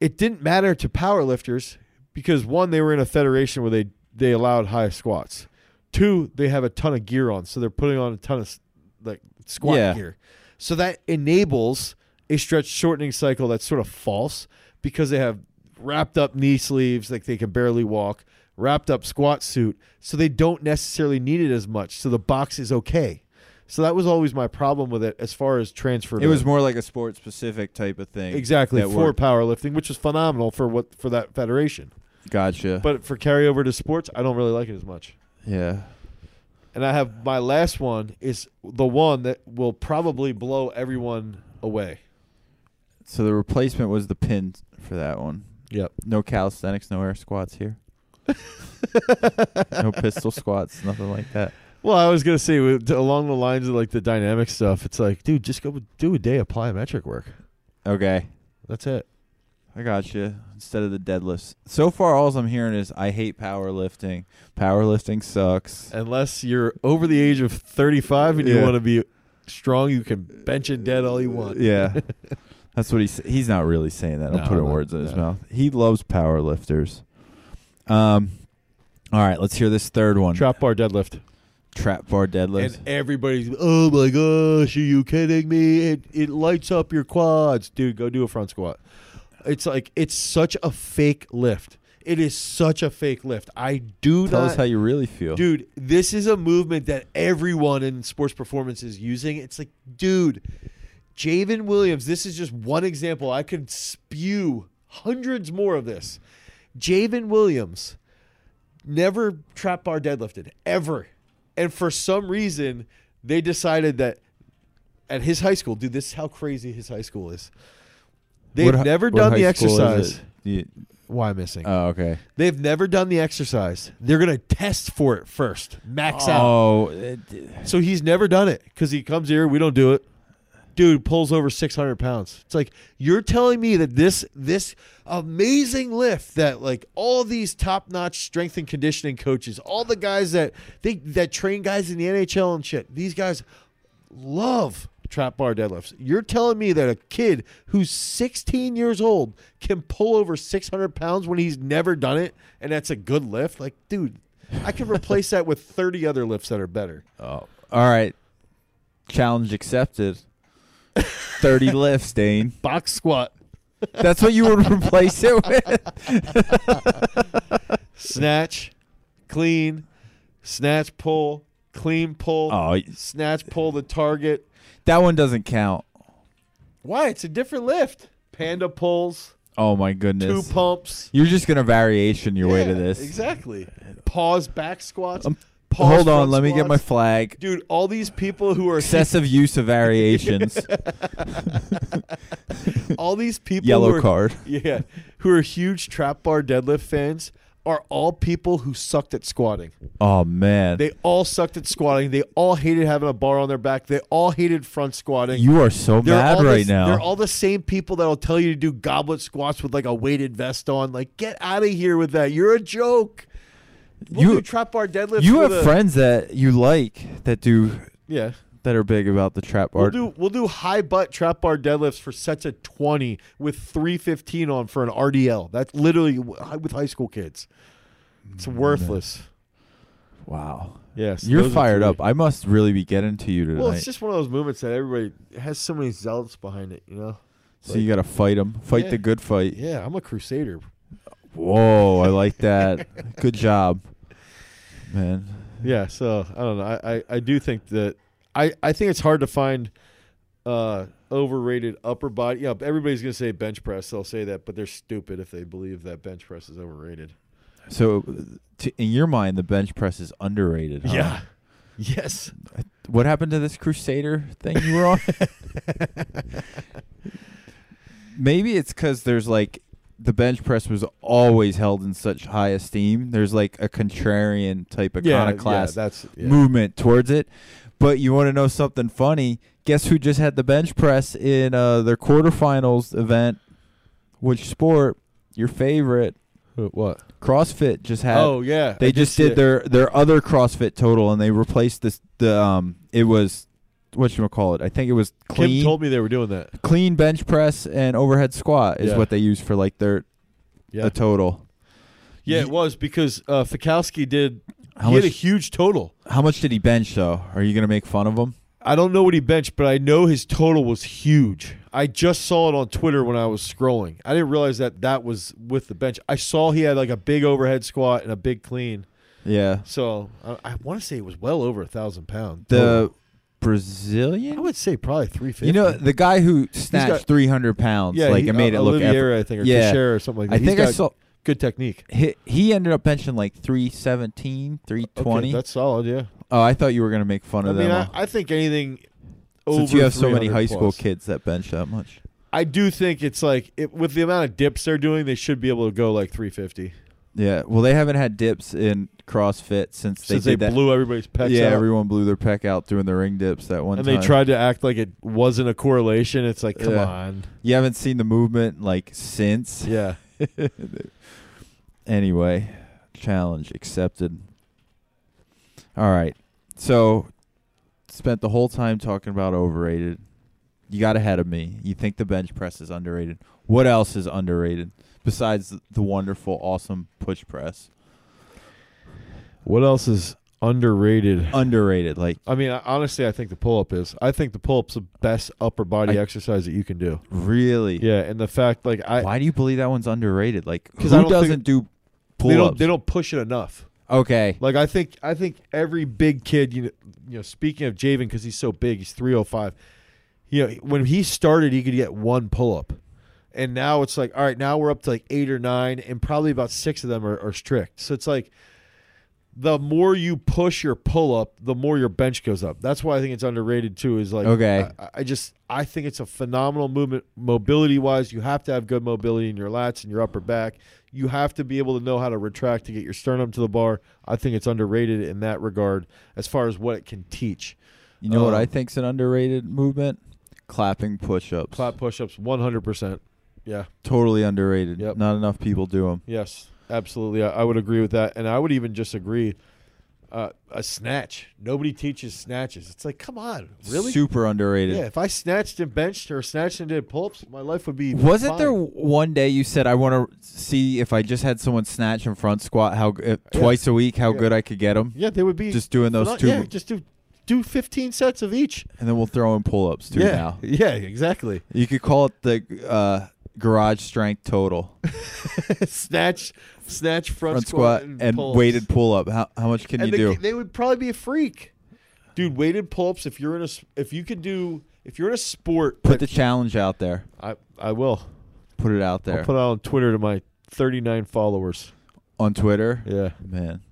S1: it didn't matter to powerlifters because one, they were in a federation where they they allowed high squats. Two, they have a ton of gear on, so they're putting on a ton of like squat
S2: Yeah.
S1: gear. So that enables a stretch shortening cycle that's sort of false because they have wrapped up knee sleeves, like they can barely walk, wrapped up squat suit, so they don't necessarily need it as much. So the box is okay. So that was always my problem with it as far as transfer.
S2: It was more like a sport specific type of thing.
S1: exactly
S2: that
S1: for
S2: worked.
S1: powerlifting, which was phenomenal for what for that federation.
S2: Gotcha.
S1: But for carryover to sports, I don't really like it as much.
S2: yeah.
S1: And I have my last one is the one that will probably blow everyone away.
S2: So the replacement was the pin for that one.
S1: Yep.
S2: No calisthenics, no air squats here. no pistol squats, nothing like that.
S1: Well, I was gonna say with- along the lines of like the dynamic stuff. It's like, dude, just go do a day of plyometric work.
S2: Okay.
S1: That's it.
S2: I got you. Instead of the deadlifts. So far, all I'm hearing is I hate powerlifting. Powerlifting sucks.
S1: Unless you're over the age of 35 and you
S2: Yeah.
S1: want to be strong, you can bench and dead all you want.
S2: Yeah, that's what he's. He's not really saying that. I'm
S1: No,
S2: putting
S1: no,
S2: words in his
S1: no.
S2: mouth. He loves powerlifters. Um, all right, let's hear this third one.
S1: Trap bar deadlift.
S2: Trap bar deadlift.
S1: And everybody's, oh my gosh, are you kidding me? It, it lights up your quads. Dude, go do a front squat. It's like, it's such a fake lift. It is such a fake lift. I do
S2: Tell
S1: not.
S2: us how you really feel.
S1: Dude, this is a movement that everyone in sports performance is using. It's like, dude, Javen Williams, this is just one example. I could spew hundreds more of this. Javen Williams never trap bar deadlifted, ever. And for some reason, they decided that at his high school, dude, this is how crazy his high school is. They've
S2: What hi-
S1: never
S2: what
S1: done
S2: high
S1: the
S2: school is
S1: exercise.
S2: it? You-
S1: Why missing?
S2: oh, okay.
S1: They've never done the exercise. They're going to test for it first, max out.
S2: Oh, it-
S1: So he's never done it because he comes here, we don't do it. Dude pulls over 600 pounds. It's like you're telling me that this this amazing lift that like all these top-notch strength and conditioning coaches, all the guys that they that train guys in the NHL and shit, these guys love trap bar deadlifts. You're telling me that a kid who's 16 years old can pull over 600 pounds when he's never done it, and that's a good lift? Like, dude, I could replace that with 30 other lifts that are better.
S2: Oh, all right. Challenge accepted. 30 lifts, Dane.
S1: Box squat,
S2: That's what you would replace it with.
S1: snatch, clean, snatch pull, clean pull,
S2: Oh, y-
S1: snatch pull the target.
S2: that one doesn't count.
S1: Why? It's a different lift. Panda pulls,
S2: Oh my
S1: two
S2: goodness.
S1: pumps.
S2: You're just going to variation your way to
S1: Yeah,
S2: this.
S1: Exactly. Pause back squats.
S2: Um,
S1: pause
S2: Hold on,
S1: front
S2: let me get my
S1: squats.
S2: flag.
S1: Dude, all these people who are
S2: Excessive use of variations.
S1: all these people who
S2: Yellow
S1: are,
S2: card.
S1: Yeah. Who are huge trap bar deadlift fans are all people who sucked at squatting.
S2: Oh man.
S1: They all sucked at squatting. They all hated having a bar on their back. They all hated front squatting.
S2: You are so
S1: they're
S2: mad
S1: all
S2: right
S1: the, They're
S2: now.
S1: all the same people that'll tell you to do goblet squats with like a weighted vest on. Like, get out of here with that. You're a joke. We'll
S2: You-
S1: do trap bar deadlifts.
S2: You
S1: with
S2: have
S1: a-
S2: friends that you like that do
S1: Yeah.
S2: that are big about the trap art.
S1: We'll do we'll do high butt trap bar deadlifts for sets of twenty with three fifteen on for an RDL. That's literally w- with high school kids. It's worthless.
S2: Wow.
S1: Yes,
S2: Mm, You're
S1: those are
S2: fired
S1: three.
S2: up. I must really be getting to you tonight.
S1: Well, it's just one of those movements that everybody it has so many zealots behind it. You know.
S2: so you got to fight them. Fight
S1: Yeah.
S2: the good fight.
S1: Yeah, I'm a crusader.
S2: Whoa, I like that. good job, man.
S1: Yeah, so I don't know. I, I, I do think that I, I think it's hard to find uh, overrated upper body. Yeah, everybody's gonna say bench press. They'll say that, but they're stupid if they believe that bench press is overrated.
S2: So, t- in your mind, the bench press is underrated. Huh?
S1: Uh, Yes.
S2: What happened to this Crusader thing you were on? Maybe it's because there's like the bench press was always held in such high esteem. There's like a contrarian type of
S1: Yeah,
S2: iconoclast
S1: yeah, that's yeah.
S2: movement towards it. But you want to know something funny? Guess who just had the bench press in uh, their quarterfinals event? Which sport? Your favorite?
S1: What?
S2: CrossFit just had.
S1: oh yeah.
S2: they
S1: I
S2: just
S1: see
S2: did
S1: it.
S2: their their other CrossFit total, and they replaced this. The um, it was what you call it? I think it was
S1: Kim
S2: clean
S1: told me they were doing that.
S2: clean bench press and overhead squat is
S1: Yeah.
S2: what they use for like their
S1: Yeah.
S2: a total.
S1: yeah, it was because uh, Fikowski did.
S2: How
S1: he
S2: much?
S1: had a huge total.
S2: how much did he bench though? Are you gonna make fun of him?
S1: I don't know what he benched, but I know his total was huge. I just saw it on Twitter when I was scrolling. I didn't realize that that was with the bench. I saw he had like a big overhead squat and a big clean.
S2: Yeah.
S1: So I, I want to say it was well over a thousand pound.
S2: The
S1: total. I
S2: Brazilian.
S1: would say probably three fifty.
S2: You know the guy who snatched
S1: got-
S2: 300 pounds,
S1: yeah,
S2: like
S1: he-
S2: it made
S1: uh,
S2: it look. Effort.
S1: Oliveira, I think, or
S2: Yeah.
S1: Teixeira or something like that.
S2: I
S1: He's
S2: think I
S1: got
S2: saw
S1: good technique.
S2: he, he ended up benching like 317,
S1: Okay,
S2: 320.
S1: that's solid. Yeah,
S2: oh, I thought you were gonna make fun
S1: I
S2: of
S1: mean,
S2: them.
S1: I, I think anything.
S2: Since
S1: over
S2: you have so many
S1: 300
S2: high school
S1: plus.
S2: kids that bench that much.
S1: I do think it's like it, with the amount of dips they're doing, they should be able to go like three fifty.
S2: Yeah. Well, they haven't had dips in CrossFit since they
S1: Since they
S2: did that.
S1: blew everybody's pecs
S2: yeah,
S1: out.
S2: everyone blew their pec out doing the ring dips that one
S1: and
S2: time.
S1: they tried to act like it wasn't a correlation. It's like, come
S2: Yeah.
S1: on.
S2: You haven't seen the movement like since.
S1: Yeah.
S2: anyway, challenge accepted. All right. So, spent the whole time talking about overrated. You got ahead of me. You think the bench press is underrated. What else is underrated besides the wonderful, awesome push press?
S1: What else is underrated?
S2: Underrated. Like,
S1: I mean, I, honestly, I think the pull up is. I think the pull up's the best upper body
S2: I-
S1: exercise that you can do.
S2: really?
S1: Yeah, and the fact like I
S2: Why do you believe that one's underrated? Like,
S1: 'Cause
S2: who
S1: I don't think-
S2: doesn't do
S1: they
S2: pull
S1: don't
S2: ups?
S1: they don't push it enough.
S2: Okay.
S1: Like I think I think every big kid, you know, you know speaking of Javen because he's so big, he's three oh five. You know, when he started, he could get one pull up, and now it's like, all right, now we're up to like eight or nine, and probably about six of them are, are strict. So it's like, the more you push your pull up, the more your bench goes up. That's why I think it's underrated too. Is like,
S2: Okay.
S1: I, I just I think it's a phenomenal movement mobility wise. You have to have good mobility in your lats and your upper back. You have to be able to know how to retract to get your sternum to the bar. I think it's underrated in that regard as far as what it can teach.
S2: You know what
S1: Um,
S2: I think's an underrated movement? Clapping push-ups.
S1: Clap push ups, one hundred percent. Yeah.
S2: Totally underrated.
S1: Yep.
S2: Not enough people do them.
S1: Yes. Absolutely. I, I would agree with that, and I would even just agree. Uh, a snatch. Nobody teaches snatches. It's like, come on, really?
S2: Super underrated.
S1: Yeah, if I snatched and benched or snatched and did pull-ups, my life would be.
S2: Wasn't
S1: fine.
S2: there one day you said I want to see if I just had someone snatch and front squat how g- uh, twice a week how
S1: Yeah.
S2: good I could get them?
S1: Yeah, they would be
S2: Just doing those
S1: pheno-
S2: two,
S1: Yeah, just do do fifteen sets of each.
S2: and then we'll throw in pull-ups too.
S1: yeah,
S2: Now
S1: yeah, exactly.
S2: you could call it the uh, garage strength total
S1: snatch, snatch, front,
S2: front squat and,
S1: pull-ups.
S2: weighted pull-up. How how much can
S1: and
S2: you
S1: they,
S2: do?
S1: They would probably be a freak, dude. Weighted pull-ups. If you're in a, s- if you could do, if you're in a sport,
S2: Put the
S1: that-
S2: challenge out there.
S1: I I will.
S2: Put it out there
S1: I'll put it on Twitter to my thirty nine followers.
S2: on Twitter.
S1: Yeah,
S2: Man,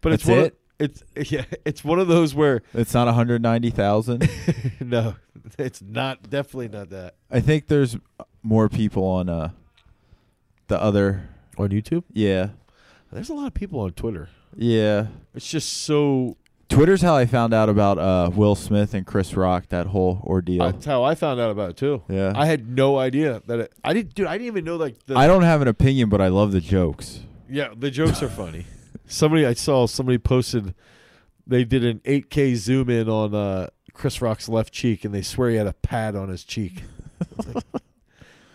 S1: but it's
S2: That's
S1: one of-
S2: it?
S1: it's yeah, it's one of those where
S2: it's not 190,000.
S1: no, it's not definitely not that.
S2: I think there's more people on uh the other
S1: On YouTube?
S2: yeah.
S1: There's a lot of people on Twitter.
S2: Yeah.
S1: It's just so.
S2: Twitter's how I found out about uh Will Smith and Chris Rock that whole ordeal.
S1: That's how I found out about it too.
S2: yeah.
S1: I had no idea that it, I didn't, dude. I didn't even know like the
S2: I don't have an opinion but I love the jokes.
S1: yeah the jokes are funny. Somebody I saw somebody posted they did an 8K zoom in on uh, Chris Rock's left cheek and they swear he had a pad on his cheek. It's like,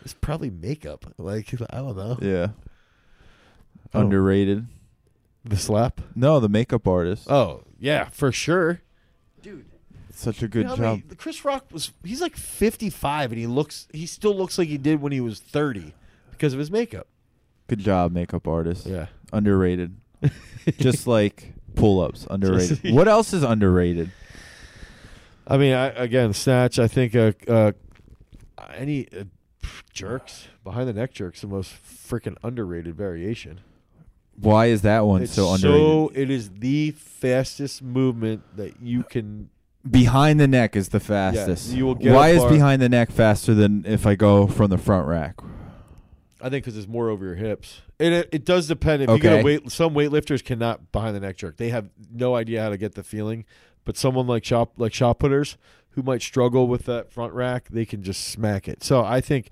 S1: it's probably makeup. Like I don't know
S2: Yeah.
S1: Oh.
S2: Underrated.
S1: the slap.
S2: No, the makeup artist.
S1: Oh yeah, for sure.
S2: Such a good
S1: You know how
S2: job.
S1: many- Chris Rock was he's like 55 and he looks he still looks like he did when he was 30 because of his makeup.
S2: Good job makeup artist.
S1: Yeah.
S2: Underrated. Just like pull-ups, underrated.
S1: Just-
S2: what else is underrated?
S1: I mean, I, again, snatch. I think uh, uh, any uh, jerks behind the neck jerks the most freaking underrated variation.
S2: Why is that one
S1: it's
S2: so underrated?
S1: So it is the fastest movement that you can.
S2: Behind the neck is the fastest.
S1: you will get
S2: Why
S1: a
S2: is
S1: bar-
S2: behind the neck faster than if I go from the front rack?
S1: I think because it's more over your hips. It it, it does depend. If you get a
S2: Okay.
S1: weight, some weightlifters cannot behind the neck jerk. They have no idea how to get the feeling. But someone like shop like shot putters who might struggle with that front rack, they can just smack it. So I think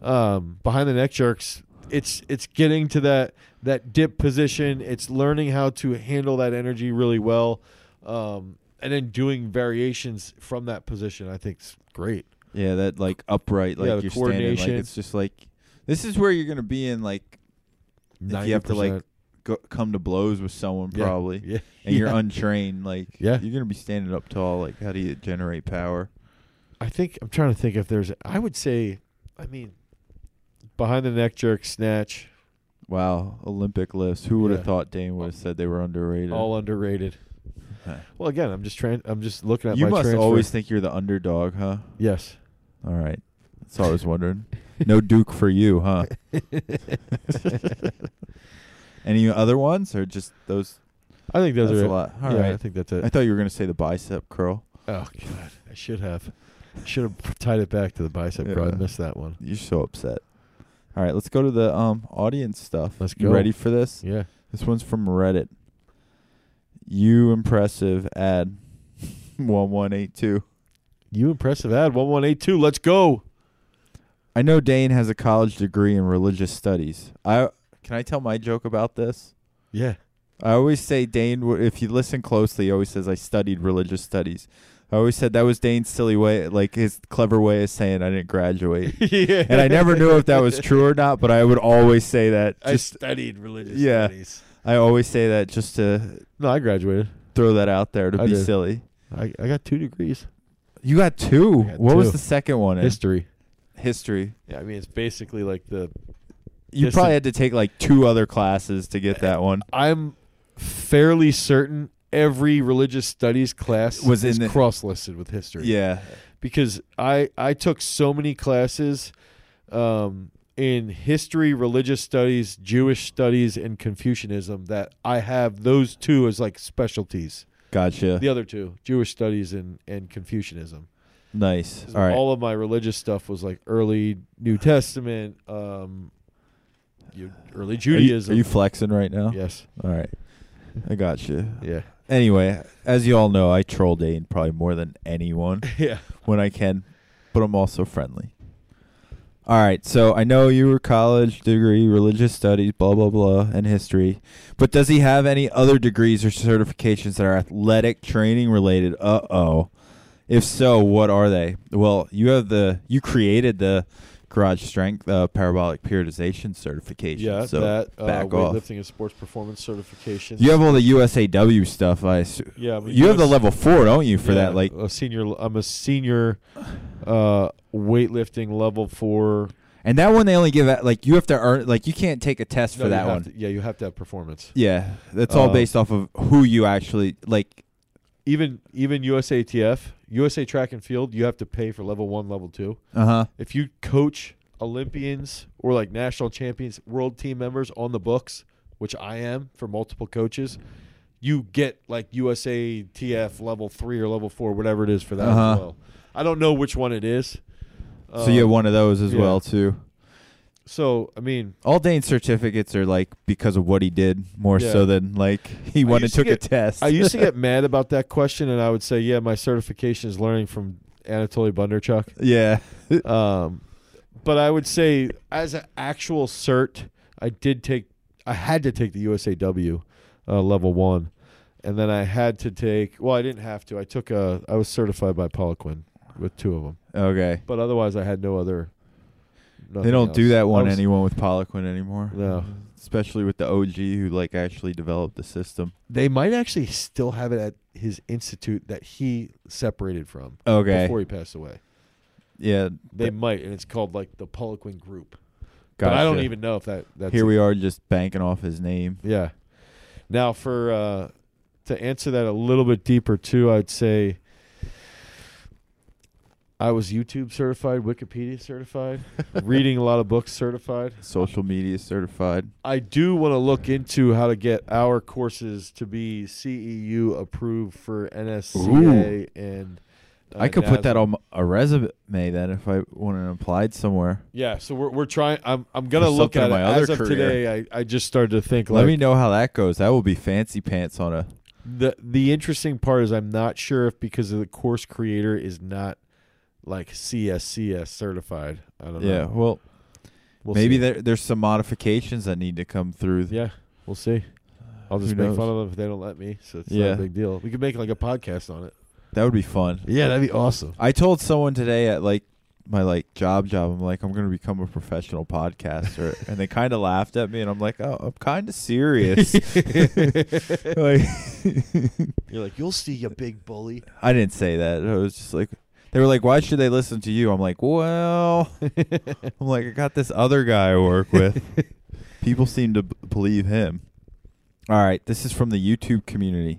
S1: um, behind the neck jerks, it's it's getting to that that dip position. It's learning how to handle that energy really well, um, and then doing variations from that position. I think is great.
S2: Yeah, that like upright, like
S1: Yeah, the
S2: you're standing, like
S1: coordination.
S2: it's just like this is where you're gonna be in, like If you have to, like,
S1: 90%.
S2: go, come to blows with someone
S1: Yeah.
S2: probably,
S1: yeah,
S2: and you're
S1: Yeah.
S2: untrained, like
S1: Yeah.
S2: you're gonna be standing up tall. Like how do you generate power?
S1: I think I'm trying to think if there's. I would say, I mean, behind the neck jerk, snatch,
S2: Wow, Olympic lifts. Who would have
S1: Yeah.
S2: thought Dane would have said they were underrated?
S1: all underrated.
S2: Huh.
S1: Well, again, I'm just trying. I'm just looking at
S2: you
S1: my
S2: must
S1: transfer.
S2: always think you're the underdog, huh?
S1: yes.
S2: All right, that's all I was wondering. No Duke for you, huh? Any other ones or just those?
S1: I think those
S2: That's
S1: are
S2: a lot. All
S1: yeah,
S2: right.
S1: I think that's it.
S2: I thought you were gonna say the bicep curl.
S1: oh god, I should have, should have tied it back to the bicep.
S2: Yeah.
S1: curl. I missed that one.
S2: You're so upset. All right, let's go to the um audience stuff.
S1: Let's
S2: you
S1: go.
S2: ready for this?
S1: Yeah.
S2: This one's from Reddit. You impressive ad one one eight two.
S1: You impressive ad one one eight two. Let's go.
S2: I know Dane has a college degree in religious studies. I can I tell my joke about this?
S1: Yeah.
S2: I always say Dane. w- If you listen closely, he always says I studied religious studies. I always said that was Dane's silly way, like his clever way of saying I didn't graduate.
S1: yeah.
S2: and I never knew if that was true or not, but I would always say that.
S1: I
S2: Just
S1: studied religious
S2: Yeah.
S1: studies.
S2: I always say that just to
S1: No, I graduated.
S2: throw that out there to
S1: I
S2: be
S1: did.
S2: silly.
S1: I, I got two degrees.
S2: You got two.
S1: I got
S2: what
S1: two.
S2: was the second one? in?
S1: History.
S2: History.
S1: Yeah, I mean it's basically like the
S2: You
S1: Just
S2: probably
S1: to-
S2: had to take like two other classes to get that one.
S1: I'm fairly certain every religious studies class
S2: Was in
S1: is
S2: the-
S1: cross listed with history.
S2: Yeah.
S1: because I I took so many classes um, in history, religious studies, Jewish studies, and Confucianism that I have those two as like specialties.
S2: Gotcha.
S1: The other two, Jewish studies and and Confucianism.
S2: Nice. All right.
S1: All of my religious stuff was like early New Testament, um, you- early
S2: Are you,
S1: Judaism.
S2: are you flexing right now?
S1: yes.
S2: All right. I gotcha.
S1: Yeah.
S2: Anyway, as you all know, I troll Dane probably more than anyone
S1: Yeah.
S2: when I can, but I'm also friendly. All right. So I know you were college degree, religious studies, blah, blah, blah, and history. But does he have any other degrees or certifications that are athletic training related? Uh oh. If so, what are they? Well, you have the you created the garage strength uh, parabolic periodization certification.
S1: Yeah.
S2: so
S1: that uh,
S2: back off.
S1: weightlifting and sports performance certification.
S2: You have all the USAW stuff. I assu-
S1: Yeah. I mean,
S2: you have the
S1: US
S2: level four, don't you? For that,
S1: Yeah,
S2: like,
S1: a senior. I'm a senior uh, weightlifting level four.
S2: and that one they only give out. Like, you have to earn. Like, you can't take a test
S1: No,
S2: for
S1: you
S2: that
S1: have
S2: one.
S1: to- yeah, you have to have performance.
S2: yeah, that's all
S1: Uh,
S2: based off of who you actually like.
S1: Even even USATF, USA Track and Field, you have to pay for level one, level two.
S2: Uh huh.
S1: If you coach Olympians or like national champions, world team members on the books, which I am for multiple coaches, you get like USATF level three or level four, whatever it is for that as
S2: Uh-huh.
S1: well. I don't know which one it is.
S2: so you have
S1: Um,
S2: one of those as
S1: yeah.
S2: well too.
S1: So I mean,
S2: All Dane's certificates are like because of what he did more
S1: Yeah.
S2: so than like he
S1: I
S2: went and
S1: used to
S2: took
S1: get-
S2: a test.
S1: I used to get mad about that question, and I would say, "Yeah, my certification is learning from Anatoly Bunderchuk."
S2: yeah.
S1: Um, but I would say, as an actual cert, I did take, I had to take the USAW uh, level one, and then I had to take. Well, I didn't have to. I took a. I was certified by Poliquin with two of them,
S2: Okay.
S1: but otherwise, I had no other.
S2: They
S1: nothing
S2: don't do
S1: else. I
S2: that one
S1: was-
S2: anyone with Poliquin anymore.
S1: No.
S2: Especially with the OG who like actually developed the system.
S1: They might actually still have it at his institute that he separated from
S2: Okay.
S1: before he passed away.
S2: yeah.
S1: They
S2: th-
S1: might, and it's called like the Poliquin Group. But I don't
S2: gotcha.
S1: even know if that that's
S2: Here
S1: it.
S2: we are just banking off his name.
S1: Yeah. Now for uh, to answer that a little bit deeper too, I'd say I was YouTube certified, Wikipedia certified, reading a lot of books certified.
S2: Social media certified.
S1: I do want to look into how to get our courses to be CEU approved for NSCA and uh,
S2: I could put that
S1: NASM.
S2: on a resume then if I wanted to apply it somewhere.
S1: Yeah, so we're we're trying. I'm I'm gonna
S2: For
S1: look
S2: something
S1: at
S2: in
S1: it
S2: my
S1: as
S2: other
S1: of
S2: career.
S1: today. I, I just started to think.
S2: Let
S1: like,
S2: me know how that goes. That will be fancy pants on a.
S1: the the interesting part is I'm not sure if because of the course creator is not like CSCS certified. I don't
S2: Yeah.
S1: know.
S2: Well,
S1: We'll
S2: maybe
S1: see.
S2: there, there's some modifications that need to come through.
S1: Yeah, we'll see. I'll just
S2: Uh, Who
S1: make
S2: knows?
S1: fun of them if they don't let me. So it's not
S2: Yeah.
S1: a big deal. We could make like a podcast on it.
S2: That would be fun.
S1: Yeah, that'd be awesome.
S2: I told someone today at like my like job job. I'm like I'm gonna become a professional podcaster, and they kind of laughed at me, and I'm like, oh, I'm kind of serious. like,
S1: You're like, you'll see, you big bully.
S2: I didn't say that. I was just like, they were like, why should they listen to you? I'm like, well, I'm like, I got this other guy I work with. People seem to b- believe him. All right, this is from the YouTube community.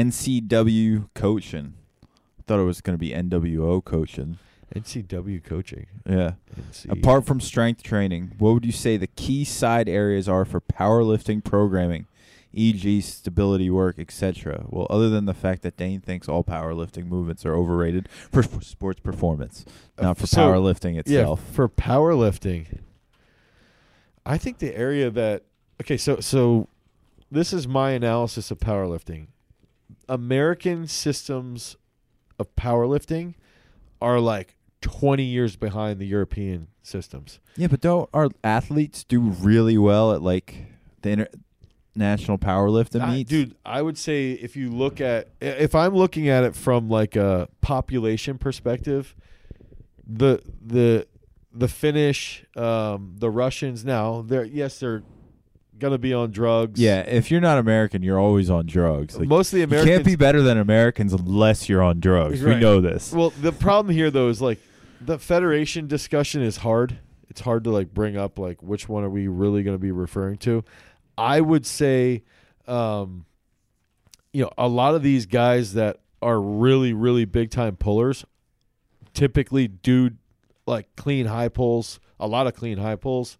S2: NCW coaching. Thought it was going to be NWO coaching.
S1: NCW coaching.
S2: Yeah.
S1: NC.
S2: Apart from strength training, what would you say the key side areas are for powerlifting programming, e.g., stability work, etc.? Well, other than the fact that Dane thinks all powerlifting movements are overrated for f- sports performance, not for
S1: Uh, So,
S2: powerlifting itself.
S1: Yeah, for powerlifting, I think the area that okay, so so this is my analysis of powerlifting. American systems of powerlifting are like 20 years behind the European systems.
S2: Yeah, but don't our athletes do really well at like the international powerlifting
S1: I- Ah,
S2: meets?
S1: dude, I would say if you look at i- if I'm looking at it from like a population perspective, the the the Finnish, um, the Russians now, they're yes, they're gonna be on drugs.
S2: Yeah, if you're not American, you're always on drugs. Like,
S1: most of the Americans
S2: you can't be better than Americans unless you're on drugs.
S1: Right.
S2: We know this.
S1: Well, the problem here though is like the federation discussion is hard. It's hard to like bring up like which one are we really going to be referring to. I would say, um, you know, a lot of these guys that are really really big time pullers typically do like clean high pulls, a lot of clean high pulls.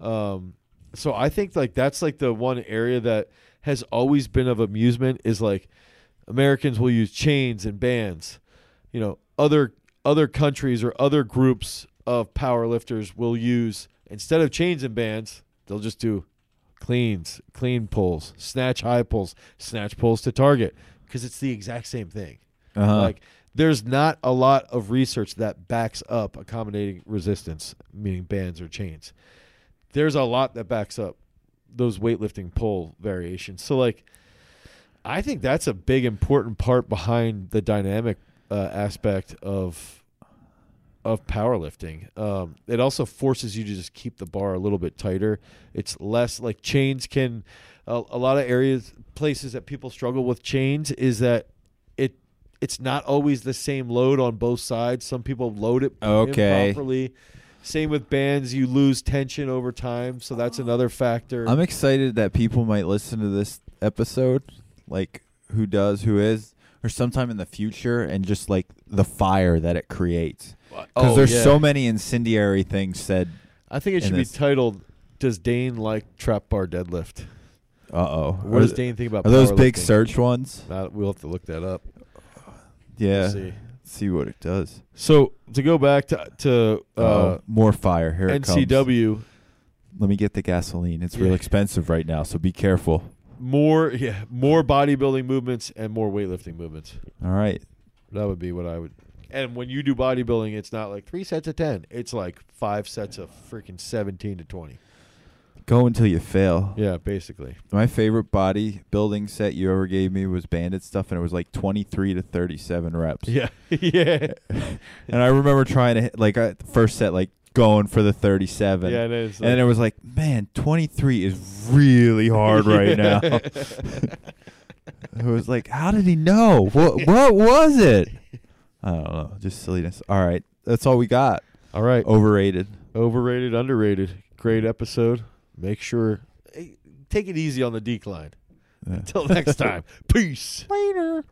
S1: Um, so I think like that's like the one area that has always been of amusement is like Americans will use chains and bands. You know, other other countries or other groups of powerlifters will use instead of chains and bands, they'll just do cleans, clean pulls, snatch high pulls, snatch pulls to target because it's the exact same thing.
S2: Uh-huh.
S1: Like there's not a lot of research that backs up accommodating resistance, meaning bands or chains. There's a lot that backs up those weightlifting pull variations. So like I think that's a big important part behind the dynamic uh, aspect of of powerlifting. Um, it also forces you to just keep the bar a little bit tighter. It's less like chains can a, a lot of areas places that people struggle with chains is that it it's not always the same load on both sides. Some people load it
S2: Okay.
S1: improperly. Same with bands, you lose tension over time, so that's another factor.
S2: I'm excited that people might listen to this episode, like who does, who is, or sometime in the future, and just like the fire that it creates. Because
S1: Oh,
S2: there's
S1: yeah.
S2: so many incendiary things said.
S1: I think it
S2: in
S1: should be
S2: this.
S1: titled "Does Dane like trap bar deadlift?"
S2: Uh oh.
S1: What
S2: Are,
S1: does Dane think about?
S2: are those big
S1: powerlifting?
S2: search ones?
S1: Uh, we'll have to look that up.
S2: Yeah.
S1: We'll see.
S2: see what it does.
S1: So to go back to to uh,
S2: oh, more fire. Here it comes.
S1: NCW,
S2: Let me get the gasoline. It's
S1: Yeah.
S2: real expensive right now, so be careful.
S1: more yeah, more bodybuilding movements and more weightlifting movements.
S2: All right.
S1: That would be what I would. And when you do bodybuilding, it's not like three sets of ten. It's like five sets of freaking seventeen to twenty.
S2: Go until you fail.
S1: Yeah, basically.
S2: My favorite bodybuilding set you ever gave me was bandit stuff, and it was like 23 to 37 reps.
S1: Yeah, yeah,
S2: And I remember trying to hit, like I, the first set, like going for the 37.
S1: yeah. It is.
S2: and it was like, man, 23 is really hard right now. it was like, how did he know? What what was it? I don't know. Just silliness. All right, that's all we got.
S1: All right.
S2: Overrated.
S1: Overrated, underrated. Great episode. Make sure hey, take it easy on the decline.
S2: Yeah.
S1: Till next time. Peace. Later.